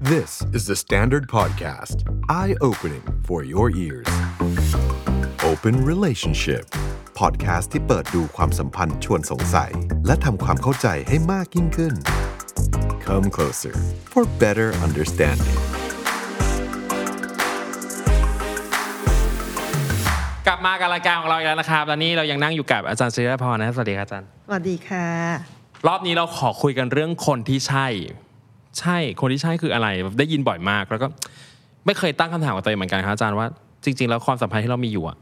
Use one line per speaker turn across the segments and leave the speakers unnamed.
This is the Standard Podcast. Eye-opening for your ears. Open Relationship. Podcast ที่เปิดดูความสัมพันธ์ชวนสงสัย และทำความเข้าใจให้มากยิ่งขึ้น Come closer for better understanding.
กลับมากับรายการของเราอีกแล้วนะครับตอนนี้เรายังนั่งอยู่กับอาจารย์ศิริพรนะครับสวัสดีครับอาจารย์
สวัสดีค่ะ
รอบนี้เราขอคุยกันเรื่องคนที่ใช่ ใช่คนที่ใช่คืออะไรได้ยินบ่อยมาก แล้วก็ไม่เคยตั้งคำถามกับตัวเองเหมือนกันครับอาจารย์ว่าจริง ๆ แล้วความสัมพันธ์ที่เรามีอยู่อะ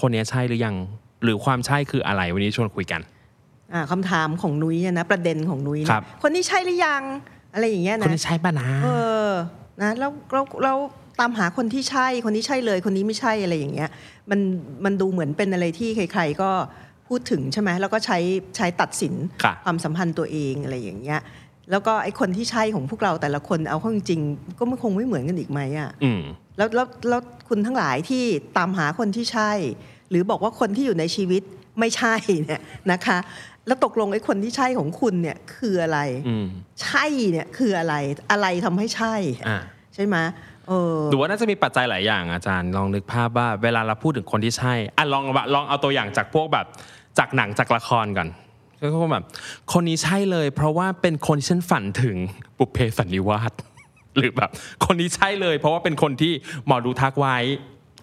คนเนี้ยใช่หรือยัง หรือความใช่คืออะไรวันนี้ชวนคุยกัน
อ่าคำถามของนุ้ยอะนะประเด็นของนุ้ย
ครั
นะ
บ
คนนี้ใช่หรือยัง อะไรอย่างเงี้ย
คน
นะ
ที่ใช่ปะนะ
เออ นะแล้วเราเราตามหาคนที่ใช่ คนนี้ใช่เลย คนนี้ไม่ใช่อะไรอย่างเงี้ย มันมันดูเหมือนเป็นอะไรที่ใคร ๆ ก็พูดถึงใช่ไหมแล้วก็ใช้ใช้ตัดสิน
ค่ะ
ความสัมพันธ์ตัวเองอะไรอย่างเงี้ย แล้วก็ไอ้คนที่ใช่ของพวกเราแต่ละคนเอาเข้าจริงๆก็ไม่คงไม่เหมือนกันอีกไหมอ่ะ
อืม
แล้วแล้วแล้วคุณทั้งหลายที่ตามหาคนที่ใช่ หรือบอกว่าคนที่อยู่ในชีวิตไม่ใช่เนี่ยนะคะ แล้วตกลงไอ้คนที่ใช่ของคุณเนี่ยคืออะไร
อืม
ใช่เนี่ยคืออะไรอะไรทำให้ใช่
อ่า
ใช่ไหมเออ
ดูว่าน่าจะมีปัจจัยหลายอย่างอาจารย์ลองนึกภาพว่าเวลาเราพูดถึงคนที่ใช่อ่ะลองลองเอาตัวอย่างจากพวกแบบจากหนังจากละครก่อนก็คือแบบคนนี้ใช่เลย เพราะว่าเป็นคนที่ฉันฝันถึงบุพเพสันนิวาส หรือแบบคนนี้ใช่เลย เพราะว่าเป็นคนที่หมอดูทักไว้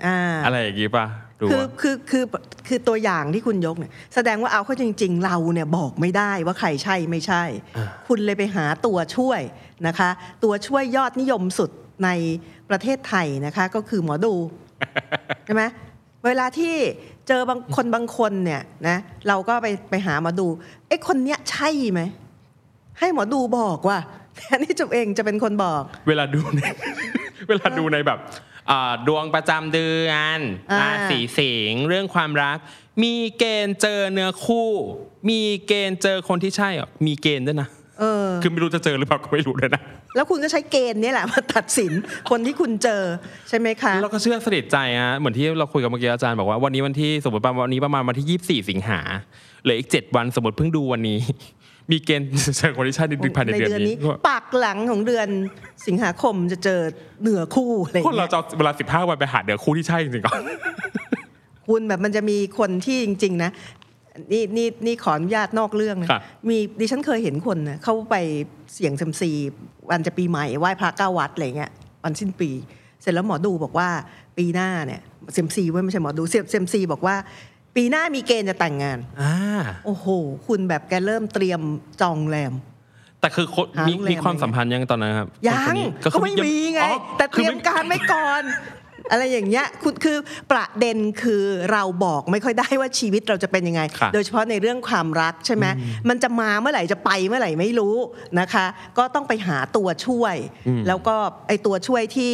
อ่า
อะไรอย่างงี้ป่ะดู
คือ
ว่า
คือคือคือตัวอย่างที่คุณยกเนี่ยแสดงว่าเอาเข้าจริง ๆ เราเนี่ยบอกไม่ได้ว่าใครใช่ไม่ใช่ คุณเลยไปหาตัวช่วยนะคะ ตัวช่วยยอดนิยมสุดในประเทศไทยนะคะก็คือหมอดู ใช่ไหมเวลาที่เจอบางคนบางคนเนี่ยนะเราก็ไปไปหาหมอดูเอ้คนเนี้ยใช่ไหมให้หมอดูบอกว่าแทนที่จุ บเองจะเป็นคนบอก
เวลาดูใน เวลาดูในแบบอ่าดวงประจำเดือน
อ่า
ราศีสิงห์เรื่องความรัก มีเกณฑ์เจอเนื้อคู่ มีเกณฑ์เจอคนที่ใช่เหรอมีเกณฑ์ด้วยนะ
เออ
คือไม่รู้จะเจอหรือเปล่าก็ไม่รู้เลยนะ
แล้วคุณก็ใช้เกณฑ์เนี่ยแหละมาตัดสินคนที่คุณเจอใช่ไหมคะ
แล้วเราก็เชื่อสนิทใจฮะเหมือนที่เราคุยกันเมื่อกี้อาจารย์บอกว่าวันนี้วันที่สมมติประมาณวันนี้ประมาณวันที่ 24 สิงหาเหลืออีก 7 วันสมมติเพิ่งดูวันนี้ มีเกณฑ์เจอคนที่ใช่ในเดือนภายในเดือนนี้
ปากหลังของเดือนสิงหาคมจะเจอเหนือคู่อะไรอย่า
ค
ง
นเรา
เงี้ย
จะเอาเวลา 15 วันไปหาเดือคู่ที่ใช่จริงๆก่อน
คุณแบบมันจะมีคนที่จริง ๆ นะ นี่นี่นี่ขออนุญาตนอกเรื่องนะครับ มีดิฉันเคยเห็นคนนะเขาไปเสี่ยงเซยมซีวันจะปีใหม่ไหว้พระเก้าวัดอะไรเงี้ยวันสิ้นปี เสร็จแล้วหมอดูบอกว่าปีหน้าเนี่ยเซยมซีเว้ยไม่ใช่หมอดูเซยมเซยมซีบอกว่า ปีหน้ามีเกณฑ์จะแต่งงาน
อ่า
โอ้โห คุณแบบแกเริ่มเตรียมจองแรม
แต่คือคน
หา
มี
โรงแรม
มีความสัมพันธ์ยังตอนนั้นครับ
ยั
คน
ง
นี้
ก็ไม่
ยัง
มีไง
อ๋อ
แต่เต
คือ
รียม
ไม่
การไว้ก่อน อะไรอย่างเงี้ยคุณคือประเด็นคือเราบอกไม่ค่อยได้ว่าชีวิตเราจะเป็นยังไง
ค่ะ
โดยเฉพาะในเรื่องความรักใช่ไหมมันจะมาเมื่อไหร่จะไปเมื่อไหร่ไม่รู้นะคะ ก็ต้องไปหาตัวช่วย แล้วก็ไอตัวช่วยที่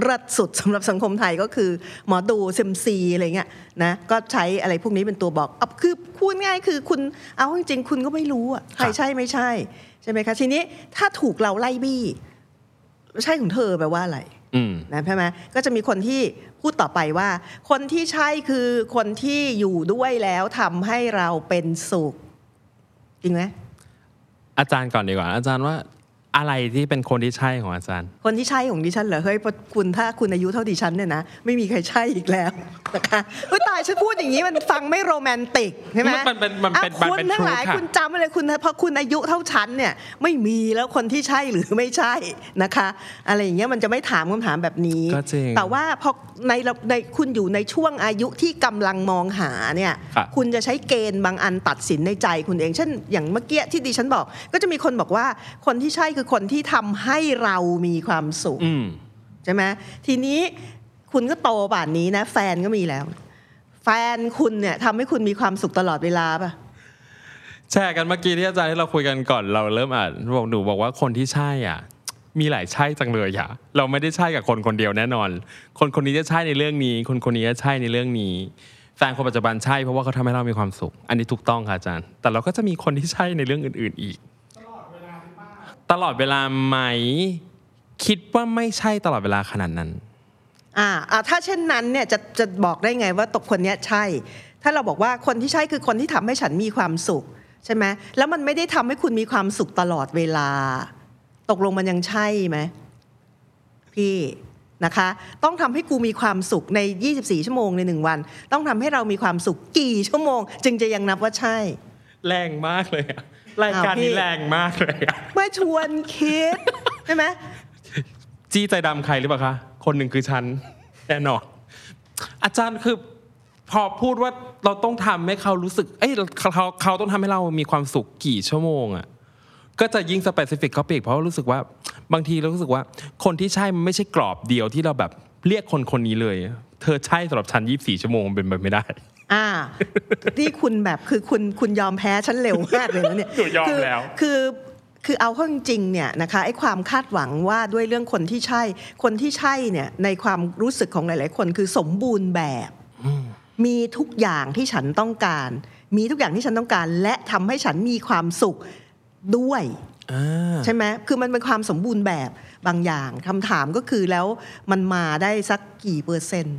เลิศสุด สำหรับสังคมไทยก็คือ หมอดูเซยมซีอะไรเงี้ยนะก็ใช้อะไรพวกนี้เป็นตัวบอกเอาคือพูดง่ายคือคุณเอาจริงๆคุณก็ไม่รู้อะใครใช่ไม่ใช่ใช่ไหมคะทีนี้ถ้าถูกเราไล่บี้ ใช่ของเธอแปลว่าอะไร
อืม
นะใช่ไหมก็จะมีคนที่พูดต่อไปว่า คนที่ใช่คือคนที่อยู่ด้วยแล้วทำให้เราเป็นสุข จริงไหม
อาจารย์ก่อนดีกว่า อาจารย์ว่าอะไรที่เป็นคนที่ใช่ของอาจารย์
คนที่ใช่ของดิฉันเหรอเฮ้ยพอคุณถ้าคุณอายุเท่าดิฉันเนี่ยนะไม่มีใครใช่อีกแล้วนะคะเฮ้ยตายฉันพูดอย่างนี้มันฟังไม่โรแมนติกใช่ไหม
มันเป็นมันเป็น
อ้า
มัน
วคุณ
เป็น
ทั้งหลาย
truth ค่ะ
คุณจำไว้เลยคุณพอคุณอายุเท่าฉันเนี่ยไม่มีแล้วคนที่ใช่หรือไม่ใช่นะคะ อะไรอย่างเงี้ยมันจะไม่ถามคำถามแบบนี้
ก็จริง
แต่ว่าพอในระในคุณอยู่ในช่วงอายุที่กำลังมองหาเนี่ย
ครับ
ณจะใช้เกณฑ์บางอันตัดสินในใจคุณเอง เช่น อย่างเมื่อกี้ที่ดิฉันบอก ก็จะมีคนบอกว่าคนที่ใช่คือคนที่ทำให้เรามีความสุข
อืม
ใช่ไหมทีนี้คุณก็โตป่านนี้นะ แฟนก็มีแล้ว แฟนคุณเนี่ยทำให้คุณมีความสุขตลอดเวลาป่ะ
แชร์กันเมื่อกี้ที่อาจารย์ที่เราคุยกันก่อนเราเริ่มอ่านบอกหนูบอกว่าคนที่ใช่อ่ะ มีหลายใช่จังเลยอ่ะเราไม่ได้ใช่กับคนคนเดียวแน่นอน คนคนนี้จะใช่ในเรื่องนี้ คนคนนี้จะใช่ในเรื่องนี้แฟนคนปัจจุบันใช่เพราะว่าเขาทำให้เรามีความสุข อันนี้ถูกต้องค่ะอาจารย์ แต่เราก็จะมีคนที่ใช่ในเรื่องอื่น ๆอีก ตลอดเวลาไหมคิดว่าไม่ใช่ตลอดเวลาขนาดนั้น
อ่าอ่าถ้าเช่นนั้นเนี่ยจะจะบอกได้ไงว่าตกคนเนี้ยใช่ ถ้าเราบอกว่าคนที่ใช่คือคนที่ทำให้ฉันมีความสุขใช่ไหมแล้วมันไม่ได้ทำให้คุณมีความสุขตลอดเวลา ตกลงมันยังใช่ไหม พี่นะคะ ต้องทำให้กูมีความสุขใน 24 ชั่วโมงในหนึ่งวัน ต้องทำให้เรามีความสุขกี่ชั่วโมง จึงจะยังนับว่าใช่
แรงมากเลยอะรายการ
อ้าวพี่
นี้แรงมากเลยอะ
เมื่อชวนคิด ใช่ไหม
จี้ใจดำใครหรือเปล่าคะ คนหนึ่งคือฉัน แน่นอนอาจารย์คือพอพูดว่าเราต้องทำให้เขารู้สึก เอ้ยเขาเขาเขาต้องทำให้เรามีความสุขกี่ชั่วโมงอะก็จะยิ่งสเปซิฟิกเขาไปอีกเพราะว่ารู้สึกว่าบางทีเรารู้สึกว่า คนที่ใช่มันไม่ใช่กรอบเดียวที่เราแบบเรียกคนคนนี้เลย เธอใช่สำหรับฉัน24 ชั่วโมงเป็นไปไม่ได้
อ่าที่คุณแบบคือคุณคุณยอมแพ้ฉันเร็วมากเลยนะเนี่ย
หนู ยอม
คื
แล้ว
คือคือเอาเข้าจริงๆเนี่ยนะคะไอ้ความคาดหวังว่าด้วยเรื่องคนที่ใช่ คนที่ใช่เนี่ยในความรู้สึกของหลาย ๆ คนคือสมบูรณ์แบบ มีทุกอย่างที่ฉันต้องการ มีทุกอย่างที่ฉันต้องการ และทำให้ฉันมีความสุขด้วย
อ่า
ใช่ไหมคือมันเป็นความสมบูรณ์แบบบางอย่างคำถามก็คือแล้วมันมาได้สักกี่เปอร์เซ็นต์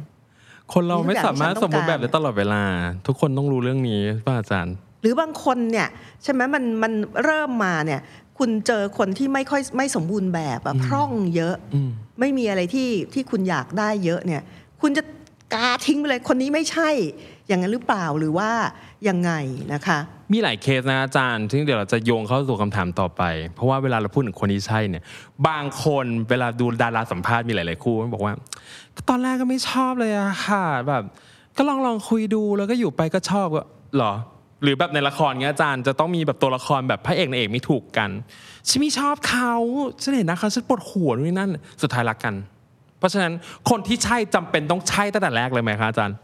คนเราไม่
ทุกอย่าง
สามารถ
ที่ฉัน
ส
ต้
ม
องการ
มติแบบได้ตลอดเวลา ทุกคนต้องรู้เรื่องนี้ป่ะอาจารย์
หรือบางคนเนี่ยใช่ไหมมันมันเริ่มมาเนี่ย คุณเจอคนที่ไม่ค่อยไม่สมบูรณ์แบบอะพร่องเยอะ
อืม
ไม่มีอะไรที่ที่คุณอยากได้เยอะเนี่ย คุณจะกาทิ้งไปเลยคนนี้ไม่ใช่ อย่างนั้นหรือเปล่าหรือว่ายังไงนะคะ
มีหลายเคสนะอาจารย์ซึ่งเดี๋ยวเราจะโยงเข้าสู่คำถามต่อไป เพราะว่าเวลาเราพูดถึงคนที่ใช่เนี่ย บางคนเวลาดูดาราสัมภาษณ์มีหลาย ๆ คู่มันบอกว่า ตอนแรกก็ไม่ชอบเลยอะค่ะแบบ ก็ลองลองคุยดูแล้วก็อยู่ไปก็ชอบก็หรอ หรือแบบในละครเงี้ยอาจารย์จะต้องมีแบบตัวละครแบบพระเอกนางเอกไม่ถูกกันฉันไม่ชอบเขาฉันเห็นนะคะฉันปวดหัวนู่นนนั่นสุดท้ายรักกัน เพราะฉะนั้นคนที่ใช่จำเป็นต้องใช่ตั้งแต่แรกเลยไหมคะอาจารย์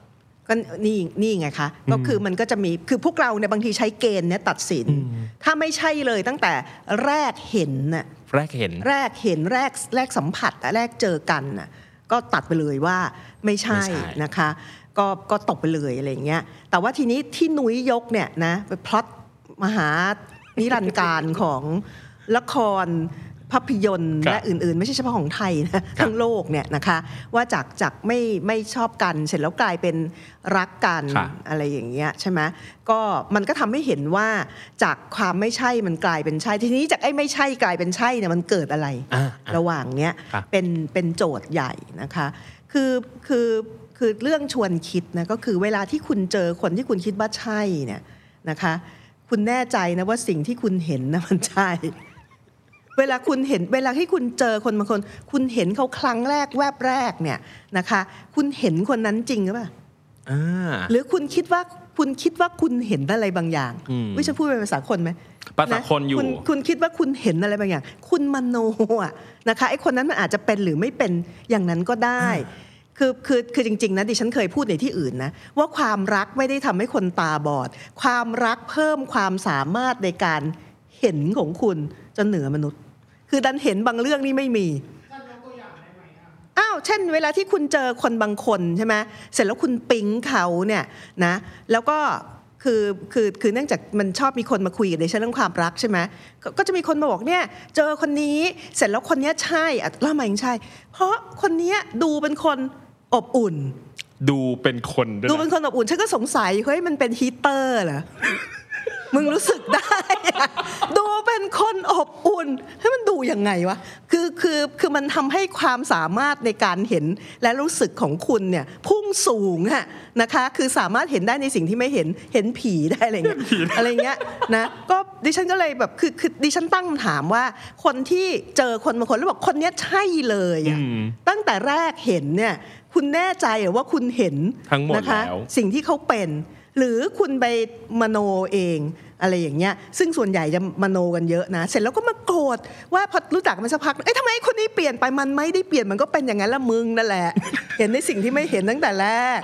ก็นี่นี่ไงคะก็คือมันก็จะมีคือพวกเราเนี่ยบางทีใช้เกณฑ์เนี่ยตัดสิน ถ้าไม่ใช่เลยตั้งแต่แรกเห็นน่ะ
แรกเห็น
แรกเห็นแรกแรกสัมผัสอะแรกเจอกันน่ะก็ตัดไปเลยว่าไม่ใช่
ไม่ใช่
นะคะ ก็ก็ตกไปเลยอะไรอย่างเงี้ยแต่ว่าทีนี้ที่นุ้ยยกเนี่ยนะไปพล็อตมหานิรันดร์การของ ละครภาพยนตร์
ครับ
และอื่นๆ ไม่ใช่เฉพาะของไทยนะทั้งโลกเนี่ยนะคะ ว่าจากจากไม่ไม่ชอบกันเสร็จแล้วกลายเป็นรักกัน
ค่ะ
อะไรอย่างเงี้ยใช่ไหมก็มันก็ทำให้เห็นว่าจากความไม่ใช่มันกลายเป็นใช่ทีนี้จากไอ้ไม่ใช่กลายเป็นใช่เนี่ยมันเกิดอะไร
อ่า
ระหว่างเนี้ย
ครับ
เป็นเป็นโจทย์ใหญ่นะคะ คือคือคือเรื่องชวนคิดนะก็คือเวลาที่คุณเจอคนที่คุณคิดว่าใช่เนี่ยนะคะ คุณแน่ใจนะว่าสิ่งที่คุณเห็นนะ มันใช่ เวลาคุณเห็นเวลาที่คุณเจอคนบางคน คุณเห็นเขาครั้งแรกแวบแรกเนี่ยนะคะ คุณเห็นคนนั้นจริงหรือเปล่า
อ่า
หรือคุณคิดว่าคุณคิดว่าคุณเห็นอะไรบางอย่าง
อืม
วิชาพูดเป็นภาษาคนไหม
ภาษาคนอยู่
ณคุณคิดว่าคุณเห็นอะไรบางอย่าง คุณมโนอ่ะนะคะไอ้คนนั้นมันอาจจะเป็นหรือไม่เป็นอย่างนั้นก็ได้ คือคือคือจริงๆนะดิฉันเคยพูดในที่อื่นนะว่าความรักไม่ได้ทำให้คนตาบอด ความรักเพิ่มความสามารถในการเห็นของคุณจนเหนือมนุษย์ คือดันเห็นบางเรื่องนี่ไม่มี อ้าว เช่น เวลาที่คุณเจอคนบางคนใช่ไหมเสร็จแล้วคุณปิ๊งเขาเนี่ยนะ แล้วก็คือคือคือเนื่องจากมันชอบมีคนมาคุยกับดิฉันเรื่องความรักใช่ไหมกก็จะมีคนมาบอกเนี่ยเจอคนนี้เสร็จแล้วคนเนี้ยใช่อ่ะแล้วทำไมถึงใช่ เพราะคนเนี้ยดูเป็นคนอบอุ่น
ดูเป็นคนด้วย
ดู
นะ
เป็นคนอบอุ่นฉันก็สงสัยเฮ้ยมันเป็นฮีตเตอร์เหรอ มึงรู้สึกได้อะดูเป็นคนอบอุ่นเฮ้ยมันดูยังไงวะคือคือคือมันทำให้ความสามารถในการเห็นและรู้สึกของคุณเนี่ยพุ่งสูงอะนะคะ คือสามารถเห็นได้ในสิ่งที่ไม่เห็นเห็นผีได้อะไรเงี้ยอะไรเงี้ยนะก็ดิฉันก็เลยแบบคือคือดิฉันตั้งคำถามว่า คนที่เจอคนบางคนแล้วบอกคนเนี้ยใช่เลยอะ
อืม
ตั้งแต่แรกเห็นเนี่ย คุณแน่ใจเหรอว่าคุณเห็น
ทั้งหมด
นะคะ
แล้ว
สิ่งที่เขาเป็น หรือคุณไปมโนเองอะไรอย่างเงี้ย ซึ่งส่วนใหญ่จะมโนกันเยอะนะ เสร็จแล้วก็มาโกรธว่าพอรู้จักมันสักพัก เอ๊ะทำไมคนนี้เปลี่ยนไปมันไม่ได้เปลี่ยนมันก็เป็นอย่างนั้นละมึงนั่นแหละ เห็นในสิ่งที่ไม่เห็นตั้งแต่แรก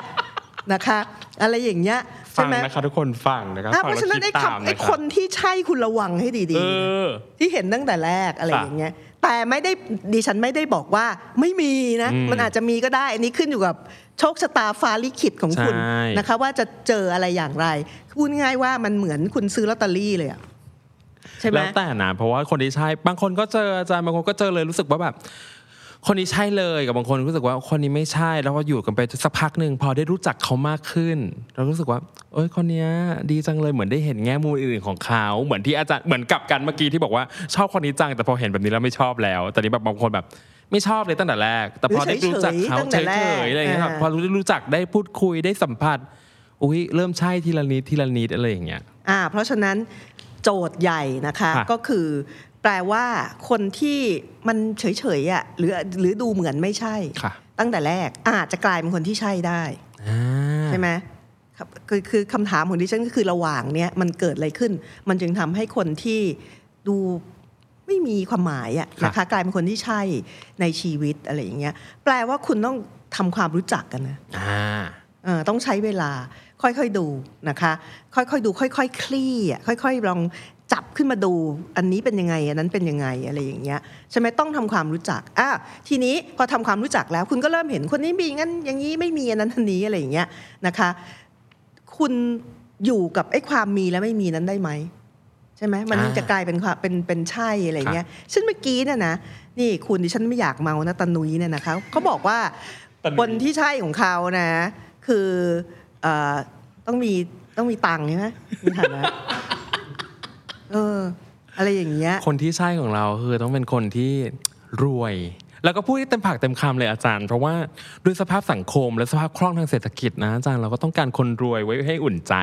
นะคะ อะไรอย่างเงี้ย
ฟั
ใช่
ง
ไหม
นะคะทุกคนฟังนะครับ
อ่ะ
ฟั
เพ
ง
ราะฉะนั้น
แล้ว
ไอ้
คิดตาม
คำไอ้
นะค
ครับ นที่ใช่คุณระวังให้ดี
เอ
ๆนะ
อ
ที่เห็นตั้งแต่แรกอะไร
ค่ะ
อย่างเงี้ยแต่ไม่ได้ดิฉันไม่ได้บอกว่าไม่มีนะ
อืม
มันอาจจะมีก็ได้ อันนี้ขึ้นอยู่กับโชคชะตาฟ้าลิขิตของคุณ
ใช่
นะคะว่าจะเจออะไรอย่างไรพูดง่ายๆว่ามันเหมือนคุณซื้อลอตเตอรี่เลยอะใช่ไหม
แล้วแต่นะเพราะว่าคนที่ใช่บางคนก็เจออาจารย์บางคนก็เจอเลยรู้สึกว่าแบบ คนนี้ใช่เลยกับบางคนรู้สึกว่าคนนี้ไม่ใช่แล้วพออยู่กันไปสักพักหนึ่งพอได้รู้จักเขามากขึ้น เรารู้สึกว่า เอ้ยคนเนี้ยดีจังเลยเหมือนได้เห็นแง่มุมอื่นๆของเขาเหมือนที่อาจารย์เหมือนกลับกันเมื่อกี้ที่บอกว่าชอบคนนี้จังแต่พอเห็นแบบนี้แล้วไม่ชอบแล้ว แต่นี้แบบบางคนแบบ ไม่ชอบเลยตั้งแต่แรก แต่พอได้รู้จักเขา
หรือ
เฉ
เฉยๆตั้งแต่แรก
ยๆอะไรอย่างเงี้ยครับ
อ่า
พอรู้จักได้พูดคุยได้สัมผัสอุ้ยเริ่มใช่ทีละนิดทีละนิดอะไรอย่างเงี้ย
อ่าเพราะฉะนั้นโจทย์ใหญ่นะคะ
ค่ะ
ก็คือ แปลว่าคนที่มันเฉยๆอ่ะหรือหรือดูเหมือนไม่ใช่
ค่ะ
ตั้งแต่แรกอาจจะกลายเป็นคนที่ใช่ได้
อ่า
ใช่ไหมครับคือคือคำถามของดิฉันก็คือระหว่างเนี้ยมันเกิดอะไรขึ้น มันจึงทำให้คนที่ดูไม่มีความหมายอะ
ครับ
นะคะกลายเป็นคนที่ใช่ในชีวิตอะไรอย่างเงี้ยแปลว่าคุณต้องทำความรู้จักกันนะ
อ่า
เออต้องใช้เวลาค่อยๆดูนะคะ ค่อยๆดู ค่อยๆคลี่อะค่อยๆลองจับขึ้นมาดู อันนี้เป็นยังไงอันนั้นเป็นยังไงอะไรอย่างเงี้ยใช่ไหมต้องทำความรู้จักอ่ะทีนี้พอทำความรู้จักแล้ว คุณก็เริ่มเห็นคนนี้มีงั้นอย่างนี้ไม่มีอันนั้นอันนี้อะไรอย่างเงี้ยนะคะ คุณอยู่กับไอ้ความมีและไม่มีนั้นได้ไหมใช่ไหมมัน
อ่า
จะกลายเป็นความเป็นเป็นใช่อะไรเงี้ยฉันเมื่อกี้เนี่ยนะนี่คุณดิฉันไม่อยากเมานะตานุยเนี่ยนะคะเขาบอกว่า
ตานุย
คนที่ใช่ของเขานะ คือเอ่อต้องมีต้องมีตังค์ใช่ไหมมีฐานะ เออ อะไรอย่างเงี้ย
คนที่ใช่ของเราคือต้องเป็นคนที่รวย แล้วก็พูดได้เต็มปากเต็มคำเลยอาจารย์ เพราะว่าด้วยสภาพสังคมและสภาพคล่องทางเศรษฐกิจนะอาจารย์เราก็ต้องการคนรวยไว้ให้อุ่นใจ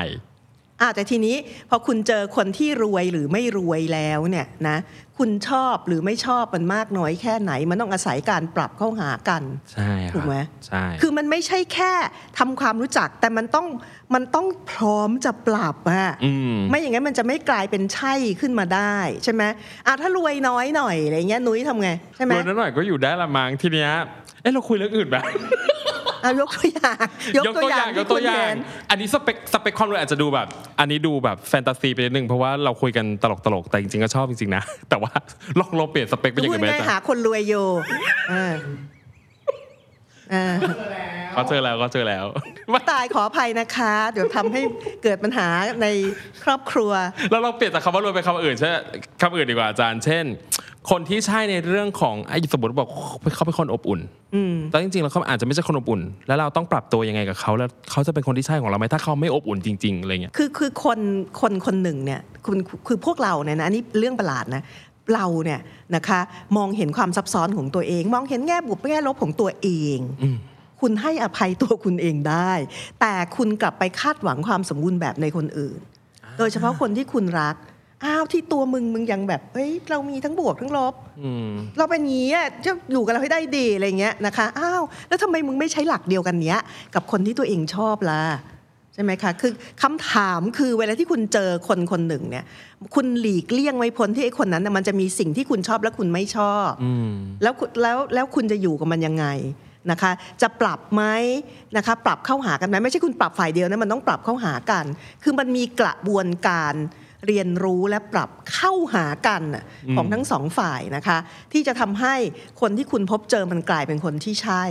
อ่าแต่ทีนี้พอคุณเจอคนที่รวยหรือไม่รวยแล้วเนี่ยนะคุณชอบหรือไม่ชอบมันมากน้อยแค่ไหน มันต้องอาศัยการปรับเข้าหากัน
ใช่ครับ
ถูกไหม
ใช่
คือมันไม่ใช่แค่ทำความรู้จัก แต่มันต้องมันต้องพร้อมจะปรับอะ
ม
ไม่อย่างนั้นมันจะไม่กลายเป็นใช่ขึ้นมาได้ใช่ไหมอ่ะถ้ารวยน้อยหน่อยอะไรเงี้ยนุ้ยทำไงใช่ไหม
รวยน้อยหน่อยก็อยู่ได้ละมั้งทีเนี้ย เอ้เราคุยเรื่องอื่นแบบ
อ่ะยกตัว อย่าง
ยกตัวอย่าย ง อันนี้สเปคสเปคความรวยอาจจะดูแบบ อันนี้ดูแบบแฟนตาซีไปนิดนึงเพราะว่าเราคุยกันตลกตลกๆแต่จริงๆก็ชอบจริงๆนะ แต่ว่าลองลองเปลี่ยนสเปคไป
คุณ
อย่าง
เห็นพูด
อื่นไหม
ง่าย
อา
ๆหา
จ๊ะ
คนรวยอยู่เออเออ
เขาเจอแล้วก็เจอแล้ว
ตายขออภัยนะคะ เดี๋ยวทำให้เกิดปัญหาในครอบครัว
แล้วเราเปลี่ยนจากคำว่ารวยไปคำอื่นใช่ไหมคำอื่นดีกว่าอาจารย์ เช่น คนที่ใช่ในเรื่องของไอ้สมมติบอกเขาเป็นคนอบอุ่นแต่จริงๆแล้วเขาอาจจะไม่ใช่คนอบอุ่น แล้วเราต้องปรับตัวยังไงกับเขาแล้วเขาจะเป็นคนที่ใช่ของเราไหมถ้าเขาไม่อบอุ่นจริงๆอะไรเงี้ย
คือคือคนคนคนหนึ่งเนี่ยคุณคือพวกเราเนี่ยนะอันนี้เรื่องประหลาดนะเราเนี่ยนะคะมองเห็นความซับซ้อนของตัวเอง มองเห็นแง่บวกแง่ลบของตัวเอง คุณให้อภัยตัวคุณเองได้ แต่คุณกลับไปคาดหวังความสมบูรณ์แบบในคนอื่น โดยเฉพาะคนที่คุณรักอ้าวที่ตัวมึงมึงยังแบบเฮ้ยเรามีทั้งบวกทั้งลบ
อืม
เราเป็นอย่างนี้อะจะอยู่กับเราให้ได้ดีอะไรเงี้ยนะคะ อ้าว แล้วทำไมมึงไม่ใช้หลักเดียวกันเนี้ย กับคนที่ตัวเองชอบล่ะ ใช่ไหมคะ คือคำถามคือเวลาที่คุณเจอคนคนหนึ่งเนี่ย คุณหลีกเลี่ยงไม่พ้นที่ไอ้คนนั้นน่ะมันจะมีสิ่งที่คุณชอบและคุณไม่ชอบ
อืม
แล้วคุณแล้วแล้วคุณจะอยู่กับมันยังไงนะคะ จะปรับไหมนะคะ ปรับเข้าหากันไหมไม่ใช่คุณปรับฝ่ายเดียวนะมันต้องปรับเข้าหากัน คือมันมีกระบวนการเรียนรู้และปรับเข้าหากันน่ะ
อืม
ของทั้งสองฝ่ายนะคะ ที่จะทำให้คนที่คุณพบเจอมันกลายเป็นคนที่ใช่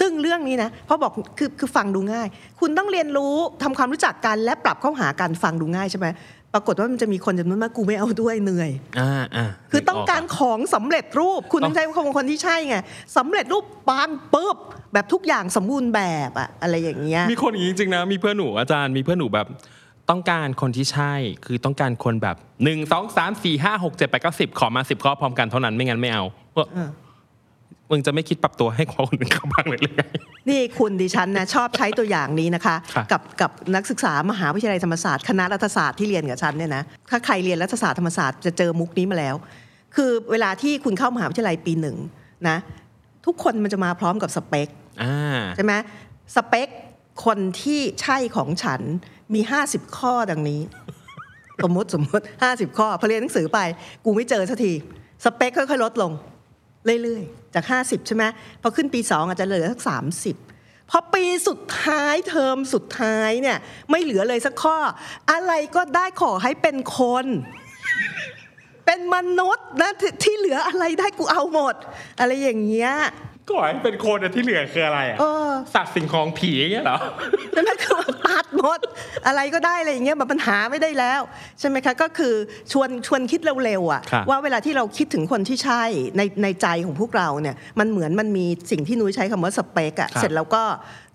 ซึ่งเรื่องนี้นะเพราะบอกคือคือฟังดูง่าย คุณต้องเรียนรู้ทำความรู้จักกันและปรับเข้าหากันฟังดูง่ายใช่ไหมปรากฏว่ามันจะมีคนจำนวนมากกูไม่เอาด้วยเหนื่อย
อ่าอ่า
คือต้องการของสำเร็จรูป คุณต้องใช้คำว่าคนที่ใช่ไงสำเร็จรูปบางปุ๊บแบบทุกอย่างสมบูรณ์แบบอะอะไรอย่างเงี้ย
มีคนอย่างนี้จริงๆนะมีเพื่อนหนูอาจารย์มีเพื่อนหนูแบบ ต้องการคนที่ใช่ คือต้องการคนแบบหนึ่งสองสามสี่ห้าหกเจ็ดแปดเก้าสิบขอมาสิบข้อพร้อมกันเท่านั้นไม่งั้นไม่เอาเพราะ
เออ
มึงจะไม่คิดปรับตัวให้คนอื่นเขาบ้างเลยหรือไง
นี่คุณดิฉันนะชอบใช้ตัวอย่างนี้นะคะ
ครับ
กับกับนักศึกษามหาวิทยาลัยธรรมศาสตร์คณะรัฐศาสตร์ที่เรียนกับฉันเนี่ยนะถ้าใครเรียนรัฐศาสตร์ธรรมศาสตร์จะเจอมุกนี้มาแล้ว คือเวลาที่คุณเข้ามหาวิทยาลัยปีหนึ่งนะทุกคนมันจะมาพร้อมกับสเปค
อ่า
ใช่ไหมสเปคคนที่ใช่ของฉันมี 50 ข้อดังนี้ สมมติสมมติ 50 ข้อพอเรียนหนังสือไป กูไม่เจอสักที สเปคค่อยๆ ลดลง เรื่อยๆ จาก 50 ใช่ไหมพอขึ้นปี 2 อาจจะเหลือสัก 30 พอปีสุดท้ายเทอมสุดท้ายเนี่ย ไม่เหลือเลยสักข้อ อะไรก็ได้ขอให้เป็นคน เป็นมนุษย์นะที่ที่เหลืออะไรได้กูเอาหมด อะไรอย่างเงี้ย
ก่อนเป็นคนอะที่เหลือคืออะไรอะ
เออ
สัตว์สิ่งของผีอย่างเงี้ยเหรอ
ใช่ไหม คือแบบตัดหมดอะไรก็ได้อะไรอย่างเงี้ยแบบปัญหาไม่ได้แล้ว ใช่ไหมคะก็คือชวนชวนคิดเร็วๆอ่ะ
ครับ
ว่าเวลาที่เราคิดถึงคนที่ใช่ในในใจของพวกเราเนี่ยมันเหมือนมันมีสิ่งที่นุ้ยใช้คำว่าสเปกอ่ะ
ครับ
เสร็จแล้วก็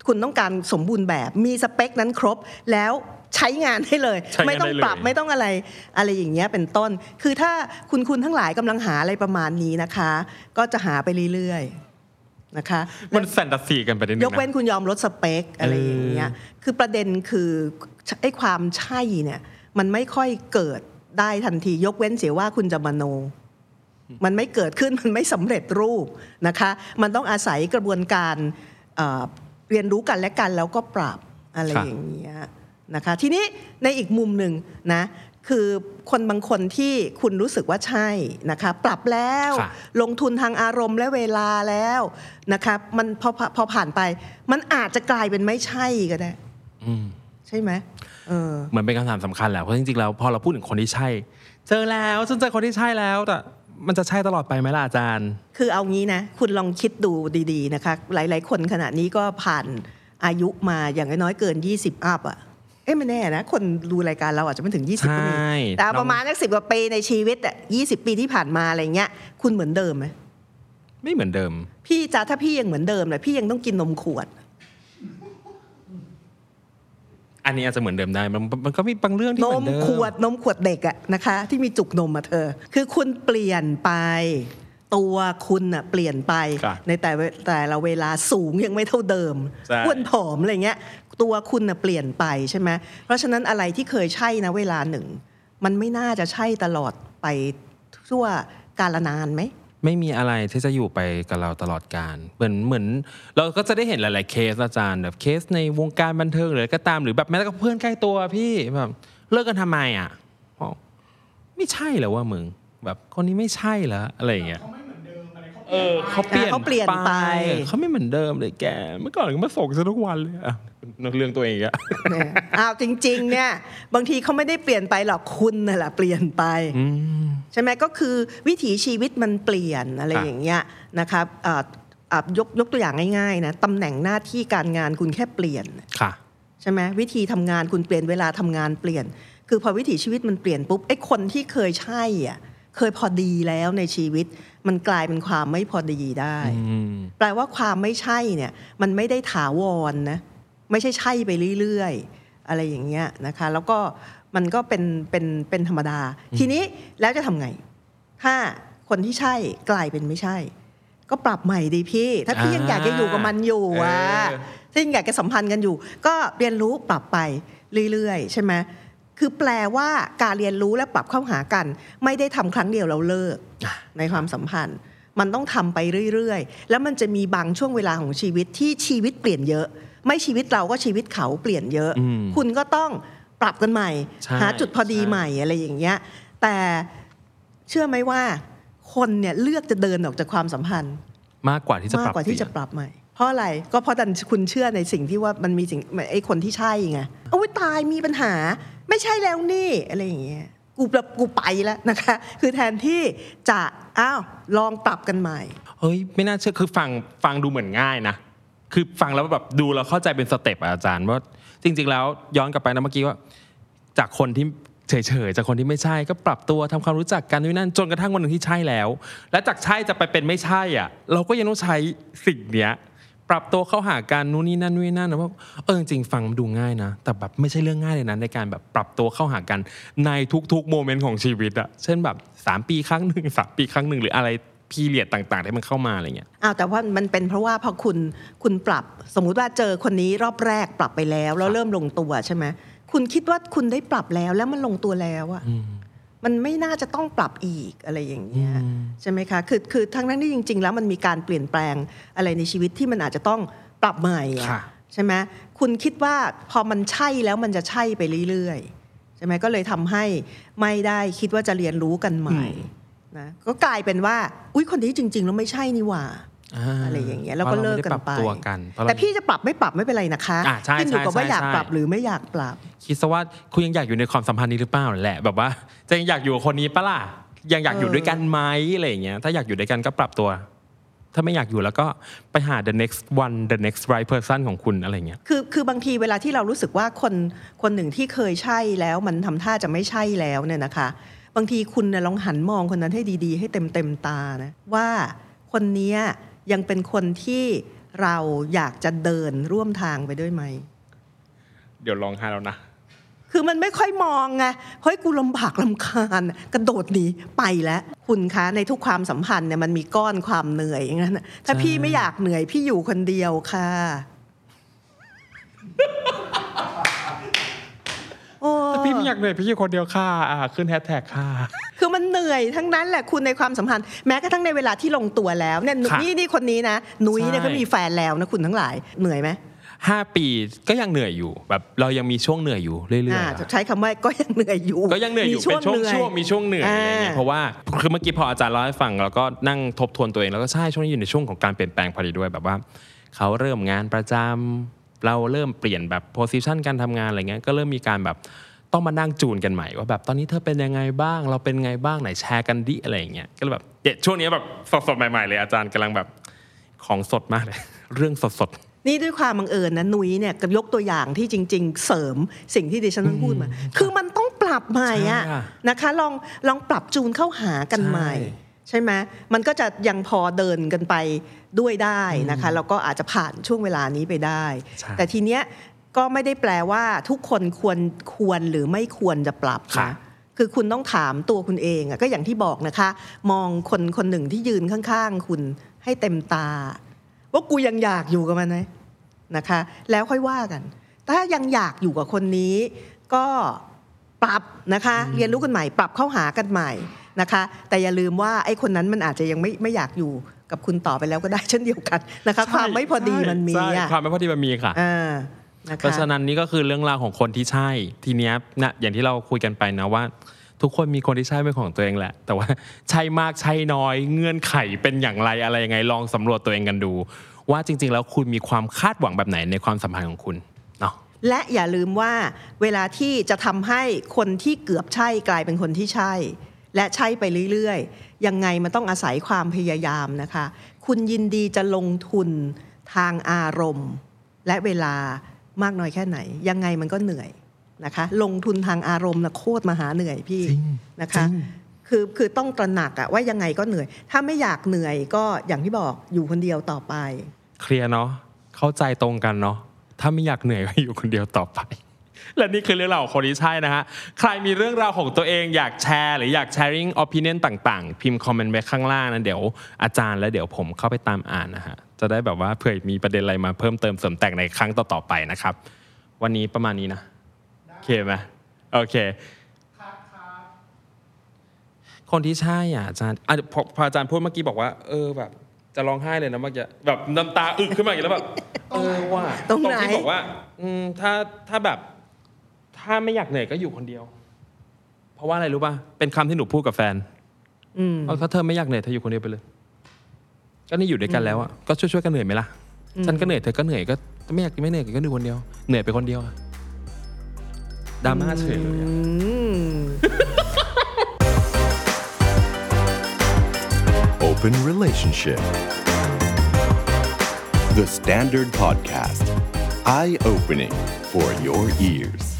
คุณต้องการสมบูรณ์แบบมีสเปคนั้นครบแล้วใช้งานได้เลย
ใช้งาน
ไม่ต้อง
ได้เลย
ปรับไม่ต้องอะไรอะไรอย่างเงี้ยเป็นต้น คือถ้าคุณคุณทั้งหลายกำลังหาอะไรประมาณนี้นะคะ ก็จะหาไปเรื่อยๆนะคะ
มันแฟนตาซีกันไปนิดนึง
ย
นะ
กเว้นคุณยอมลดสเปคอะไรอย่างเงี้ย คือประเด็นคือไอ้ความใช่เนี่ย มันไม่ค่อยเกิดได้ทันที ยกเว้นเสียว่าคุณจะมโน มันไม่เกิดขึ้น มันไม่สำเร็จรูปนะคะ มันต้องอาศัยกระบวนการเอ่อเรียนรู้กันและกันแล้วก็ปรับอะไร
ครับ
อย่างเงี้ยนะคะ ทีนี้ในอีกมุมหนึ่งนะ คือคนบางคนที่คุณรู้สึกว่าใช่นะคะ ปรับแล้ว
ค่ะ
ลงทุนทางอารมณ์และเวลาแล้วนะคะมันพอพอพอผ่านไป มันอาจจะกลายเป็นไม่ใช่ก็ได้
อืม
ใช่ไหมเออ
เหมือนเป็นคำถามสำคัญแหละเพราะจริงๆแล้วพอเราพูดถึงคนที่ใช่ เจอแล้วฉันเจอคนที่ใช่แล้วแต่มันจะใช่ตลอดไปไหมล่ะอาจารย์
คือเอางี้นะ คุณลองคิดดูดีๆนะคะ หลายๆ คนขณะนี้ก็ผ่านอายุมาอย่างน้อยๆเกิน 20 อัพอ่ะ เอ๊ะไม่แน่นะ คนดูรายการเราอาจจะไม่ถึง 20ก็มี
ใช่
แต่เอา
น้อง
ประมาณนักสิบกว่าปีในชีวิตอ่ะ20 ปีที่ผ่านมาอะไรเงี้ยคุณเหมือนเดิมไหม
ไม่เหมือนเดิม
พี่จ้าถ้าพี่ยังเหมือนเดิมเลยพี่ยังต้องกินนมขวด
อันนี้อาจจะเหมือนเดิมได้มันมันก็มีบางเรื่องที่
น
เหมือ
ม
นเดิม
ขวดนมขวดเด็กอะนะคะ ที่มีจุกนมอะเธอ คือคุณเปลี่ยนไป ตัวคุณอะเปลี่ยนไป
ครับ
ในแต่เวแต่ละเวลาสูงยังไม่เท่าเดิม
ใช่
อ้วนผอมอะไรเงี้ย ตัวคุณอะเปลี่ยนไปใช่ไหมเพราะฉะนั้นอะไรที่เคยใช่นะเวลาหนึ่ง มันไม่น่าจะใช่ตลอดไปชั่วกาลนานไหม
ไม่มีอะไรที่จะอยู่ไปกับเราตลอดการ เหมือนเหมือน เราก็จะได้เห็นหลาย ๆ เคสอาจารย์แบบเคสในวงการบันเทิงหรืออะไรก็ตามหรือแบบแม้แต่กับเพื่อนใกล้ตัวพี่แบบเลิกกันทำไมอ่ะอ๋อไม่ใช่เหรอว่ามึงแบบคนนี้ไม่ใช่เหรออะไรอย่างเงี้ยเขาไม่เหมือนเดิมอะไร
อ่ะ
เขา
เขา
เป
เปลี่
ลี่ย
ย
น
นไป
เขาไม่เหมือนเดิมเลยแก เมื่อก่อนก็มาส่งฉันทุกวันเลยอ่ะเรื่องตัวเองอีกอ่ะ
เนี่ยอ้าวจริง ๆ เนี่ย บางทีเขาไม่ได้เปลี่ยนไปหรอกคุณน่ะแหละเปลี่ยนไป ใช่ไหมก็คือวิถีชีวิตมันเปลี่ยนอะไร
ครับ
อย่างเงี้ยนะครับเอ่ออ่ะยกยกตัวอย่างง่ายๆนะตำแหน่งหน้าที่การงานคุณแค่เปลี่ยน
ค่ะ
ใช่ไหมวิธีทำงานคุณเปลี่ยนเวลาทำงานเปลี่ยน คือพอวิถีชีวิตมันเปลี่ยนปุ๊บไอ้คนที่เคยใช่อ่ะเคยพอดีแล้วในชีวิต มันกลายเป็นความไม่พอดีได้
อืม
แปลว่าความไม่ใช่เนี่ยมันไม่ได้ถาวรนะ ไม่ใช่ใช่ไปเรื่อยๆ อะไรอย่างเงี้ยนะคะ แล้วก็มันก็เป็นเป็นเป็นธรรมดา ทีนี้แล้วจะทำไง ถ้าคนที่ใช่กลายเป็นไม่ใช่ ก็ปรับใหม่ดีพี่ ถ้าพี่
อ่ายั
ยังอยากจะอยู่กับมันอยู่อะ
เออ
ถ้ายังอยากจะสัมพันธ์กันอยู่ ก็เรียนรู้ปรับไปเรื่อยๆ ใช่ไหมคือแปลว่าการเรียนรู้และปรับเข้าหากัน ไม่ได้ทำครั้งเดียวแล้วเลิก ในความสัมพันธ์มันต้องทำไปเรื่อยๆ แล้วมันจะมีบางช่วงเวลาของชีวิตที่ชีวิตเปลี่ยนเยอะ ไม่ชีวิตเราก็ชีวิตเขาเปลี่ยนเยอะ
อืม
คุณก็ต้องปรับกันใหม่
ใช่
หาจุดพอดี
ใช่
ใหม่อะไรอย่างเงี้ยแต่เชื่อไหมว่า คนเนี่ยเลือกจะเดินออกจากความสัมพันธ์
มากกว่าที่จะป
มาก
รับ
กว่าที่จะ
เปลี่ยน
ปรับใหม่ เพราะอะไรก็เพราะดันคุณเชื่อในสิ่งที่ว่ามันมีสิ่งไอ้คนที่ใช่ไงโอ้ยตายมีปัญหา ไม่ใช่แล้วนี่อะไรอย่างเงี้ยกูแบบกูไปแล้วนะคะ คือแทนที่จะอ้าวลองปรับกันใหม่
เฮ้ยไม่น่าเชื่อคือฟังฟังดูเหมือนง่ายนะ คือฟังแล้วแบบดูเราเข้าใจเป็นสเต็ปอะอาจารย์ว่าจริง ๆ แล้วย้อนกลับไปนะเมื่อกี้ว่า จากคนที่เฉยๆจากคนที่ไม่ใช่ ก็ปรับตัวทำความรู้จักกันนู่นนั่นจนกระทั่งวันหนึ่งที่ใช่แล้ว และจากใช่จะไปเป็นไม่ใช่อ่ะ เราก็ยังต้องใช้สิ่งเนี้ย ปรับตัวเข้าหากันนู่นนี่นั่นนู่นนี่นั่นนะว่าเออจริงๆฟังดูง่ายนะ แต่แบบไม่ใช่เรื่องง่ายเลยนะในการแบบปรับตัวเข้าหากันในทุกๆโมเมนต์ของชีวิตอะเช่นแบบ 3 ปีครั้งห นึ่งสามปีครั้งหนึ่งหรืออะไรพีเรียดต่าง ๆ ที่มันเข้ามาอะไรเงี้ย
อ้าวแต่ว่ามันเป็นเพราะว่าพอคุณคุณปรับ สมมุติว่าเจอคนนี้รอบแรกปรับไปแล้วแล้ว
ครับ
เริ่มลงตัวใช่ไหมคุณคิดว่าคุณได้ปรับแล้วแล้วมันลงตัวแล้วอะมันไม่น่าจะต้องปรับอีกอะไรอย่างเงี้ยใช่ไหมคะคือคือทั้งนั้นที่จริง ๆ แล้วมันมีการเปลี่ยนแปลงอะไรในชีวิตที่มันอาจจะต้องปรับใหม่อะ
ค่ะ
ใช่ไหมคุณคิดว่าพอมันใช่แล้วมันจะใช่ไปเรื่อยๆ ใช่ไหมก็เลยทำให้ไม่ได้คิดว่าจะเรียนรู้กันใหม่นะก็กลายเป็นว่า อุ้ยคนนี้จริง ๆ แล้วไม่ใช่นี่หว่า อะไรอย่างเงี้ยแล้วก็เลิกกัน
พราะ
ไป
เราม่ด้ปรับตัวกันเพราะเรา
แต่พี่จะปรับไม่ปรับไม่เป็นไรนะคะ
อ่ะใช่
ขึ้นอยู่กับ
ใช่
ว่าอยาก
ใช่
ปรับหรือไม่อยากปรับ
คิดซะว่าคุณยังอยากอยู่ในความสัมพันธ์นี้หรือเปล่าแหละ แบบว่าจะยังอยากอยู่กับคนนี้ปะล่ะยังอยากอยู่ด้วยกันไหมอะไรอย่างเงี้ยถ้าอยากอยู่ด้วยกันก็ปรับตัว ถ้าไม่อยากอยู่แล้วก็ไปหา the next one the next right person ของคุณอะไรเงี้ย
คือคือบางทีเวลาที่เรารู้สึกว่าคนคนหนึ่งที่เคยใช่แล้วมันทำท่าจะไม่ใช่แล้วเนี่ยนะคะ บางทีคุณนะลองหันมองคนนั้นให้ดีๆ ให้เต็มเต็มๆตานะว่าคนเนี้ยยังเป็นคนที่เราอยากจะเดินร่วมทางไปด้วยไหม
เดี๋ยวลองหาแล้วนะ
คือมันไม่ค่อยมองไงเฮ้ยกูลำบากลำคาญกระโดดหนีไปแล้ว คุณคะในทุกความสัมพันธ์เนี่ยมันมีก้อนความเหนื่อยอย่างนั้นน่ะถ้า
ใช่
พี่ไม่อยากเหนื่อยพี่อยู่คนเดียวค่ะ โอ้
แต่พี่ไม่อยากเหนื่อยพี่อยู่คนเดียวค่ะอ่าขึ้นแฮชแท็กค่ะ
คือมันเหนื่อยทั้งนั้นแหละคุณในความสัมพันธ์แม้กระทั่งในเวลาที่ลงตัวแล้วเนี่ยหนุ่ม
ค่ะ
นี่นี่คนนี้นะนุ้ยเนี่ย
ใช่
ก็มีแฟนแล้วนะคุณทั้งหลายเหนื่อยไหม
ห้าปีก็ยังเหนื่อยอยู่แบบเรายังมีช่วงเหนื่อยอยู่เรื่อยๆ
อ่า
อะ
จะใช้คำว่าก็ยังเหนื่อยอยู่
ก็ยังเหนื่อยอยู่
มี
เป็นช่วง
หนื่อย
ช่วงมีช่วงเหนื่อยอะไรเงี้ย
อ่า
เพราะว่าคือเมื่อกี้พออาจารย์เล่าให้ฟังเราก็นั่งทบทวนตัวเองแล้วก็ใช่ช่วงนี้อยู่ในช่วงของการเปลี่ยนแปลงพอดีด้วยแบบว่าเขาเริ่มงานประจำเราเริ่มเปลี่ยนแบบโพสิชันการทำงานอะไรเงี้ยก็เริ่มมีการแบบต้องมานั่งจูนกันใหม่ว่าแบบตอนนี้เธอเป็นยังไงบ้าง เราเป็นไงบ้างไหนแชร์กันดิอะไรอย่างเงี้ยก็เลยแบบเดี๋ยวช่วงนี้แบบสดๆใหม่ๆเลยอาจารย์กำลังแบบของสดมากเลย เรื่องสดๆ
นี่ด้วยความบังเอิญนะนุ้ยเนี่ยกับยกตัวอย่างที่จริง ๆ เสริมสิ่งที่ดิฉันต้องพูดมา คือมันต้องปรับใหม่อะ
ใช่อะ
นะคะลองลองปรับจูนเข้าหากันใหม่
ใช่
ใช่ไหมมันก็จะยังพอเดินกันไปด้วยได้นะคะแล้วก็อาจจะผ่านช่วงเวลานี้ไปได้
ใช่
แต่ทีเนี้ยก็ไม่ได้แปลว่าทุกคนควรควรหรือไม่ควรจะปรับ
ค่ะ
นะคือคุณต้องถามตัวคุณเองอะก็อย่างที่บอกนะคะ มองคนคนหนึ่งที่ยืนข้างๆ คุณให้เต็มตา ว่ากูยังอยากอยู่กับมันไหมนะคะ แล้วค่อยว่ากัน ถ้ายังอยากอยู่กับคนนี้ ก็ปรับนะคะ เรียนรู้กันใหม่ ปรับเข้าหากันใหม่นะคะ แต่อย่าลืมว่าไอ้คนนั้นมันอาจจะยังไม่ไม่อยากอยู่กับคุณต่อไปแล้วก็ได้ เช่นเดียวกันนะคะ ความไม่พอดีมันมี
ใช่
อ่ะ
ความไม่พอดีมันมีค่ะ
อ่านะ
เพราะ
คะ
ฉะนั้นนี่ก็คือเรื่องราวของคนที่ใช่ ทีเนี้ยนะอย่างที่เราคุยกันไปนะว่า ทุกคนมีคนที่ใช่เป็นของตัวเองแหละ แต่ว่าใช่มากใช่น้อย เงื่อนไขเป็นอย่างไรอะไรยังไงลองสำรวจตัวเองกันดู ว่าจริง ๆ แล้วคุณมีความคาดหวังแบบไหนในความสัมพันธ์ของคุณเนาะ
และอย่าลืมว่าเวลาที่จะทำให้คนที่เกือบใช่กลายเป็นคนที่ใช่ และใช่ไปเรื่อยๆ ยังไงมันต้องอาศัยความพยายามนะคะ คุณยินดีจะลงทุนทางอารมณ์ และเวลามากน้อยแค่ไหน ยังไงมันก็เหนื่อยนะคะ ลงทุนทางอารมณ์นะโคตรมหาเหนื่อยพี่
จริง
นะคะ
จริง
คือคือต้องตระหนักอะว่ายังไงก็เหนื่อย ถ้าไม่อยากเหนื่อยก็อย่างที่บอกอยู่คนเดียวต่อไป
เคลียร์เนาะเข้าใจตรงกันเนาะถ้าไม่อยากเหนื่อยก็อยู่คนเดียวต่อไป และนี่คือเรื่องราวของคนที่ใช่นะฮะ ใครมีเรื่องราวของตัวเองอยากแชร์ หรืออยากแชร์ i n g opinion ต่างๆ พิมพ์คอมเมนต์ไว้ข้างล่างนะเดี๋ยวอาจารย์และเดี๋ยวผมเข้าไปตามอ่านนะฮะ จะได้แบบว่าเผื่อมีประเด็นอะไรมาเพิ่มเติมเสริมแต่งในครั้งต่อๆไปนะครับ วันนี้ประมาณนี้นะโอเคไหมโอเค คนที่ใช่อ่ะอาจารย์อ่ะพอพออาจารย์พูดเมื่อกี้บอกว่า เออแบบ จะร้องไห้เลยนะเมื่อกี้แบบน้ำตาอึกขึ้นมาอีกแล้วแบบเออว่า
ตรงไหน
ที่บอกว่า อืมถ้าถ้าแบบ ถ้าไม่อยากเหนื่อยก็อยู่คนเดียว เพราะว่าอะไรรู้ป่ะเป็นคำที่หนูพูดกับแฟน
อืม
เอาถ้าเธอไม่อยากเหนื่อยเธออยู่คนเดียวไปเลย ก็นี่อยู่ด้วยกันแล้วอ่ะก็ช่วยช่วยๆกันเหนื่อยไหมล่ะ
อืม
ฉันก็เหนื่อยเธอก็เหนื่อยก็ไม่อยากไม่เหนื่อยก็อยู่คนเดียวเหนื่อยไปคนเดียวอะดราม่าเฉยเลยอะ
อืม
Open Relationship. The Standard Podcast. Eye opening for your ears.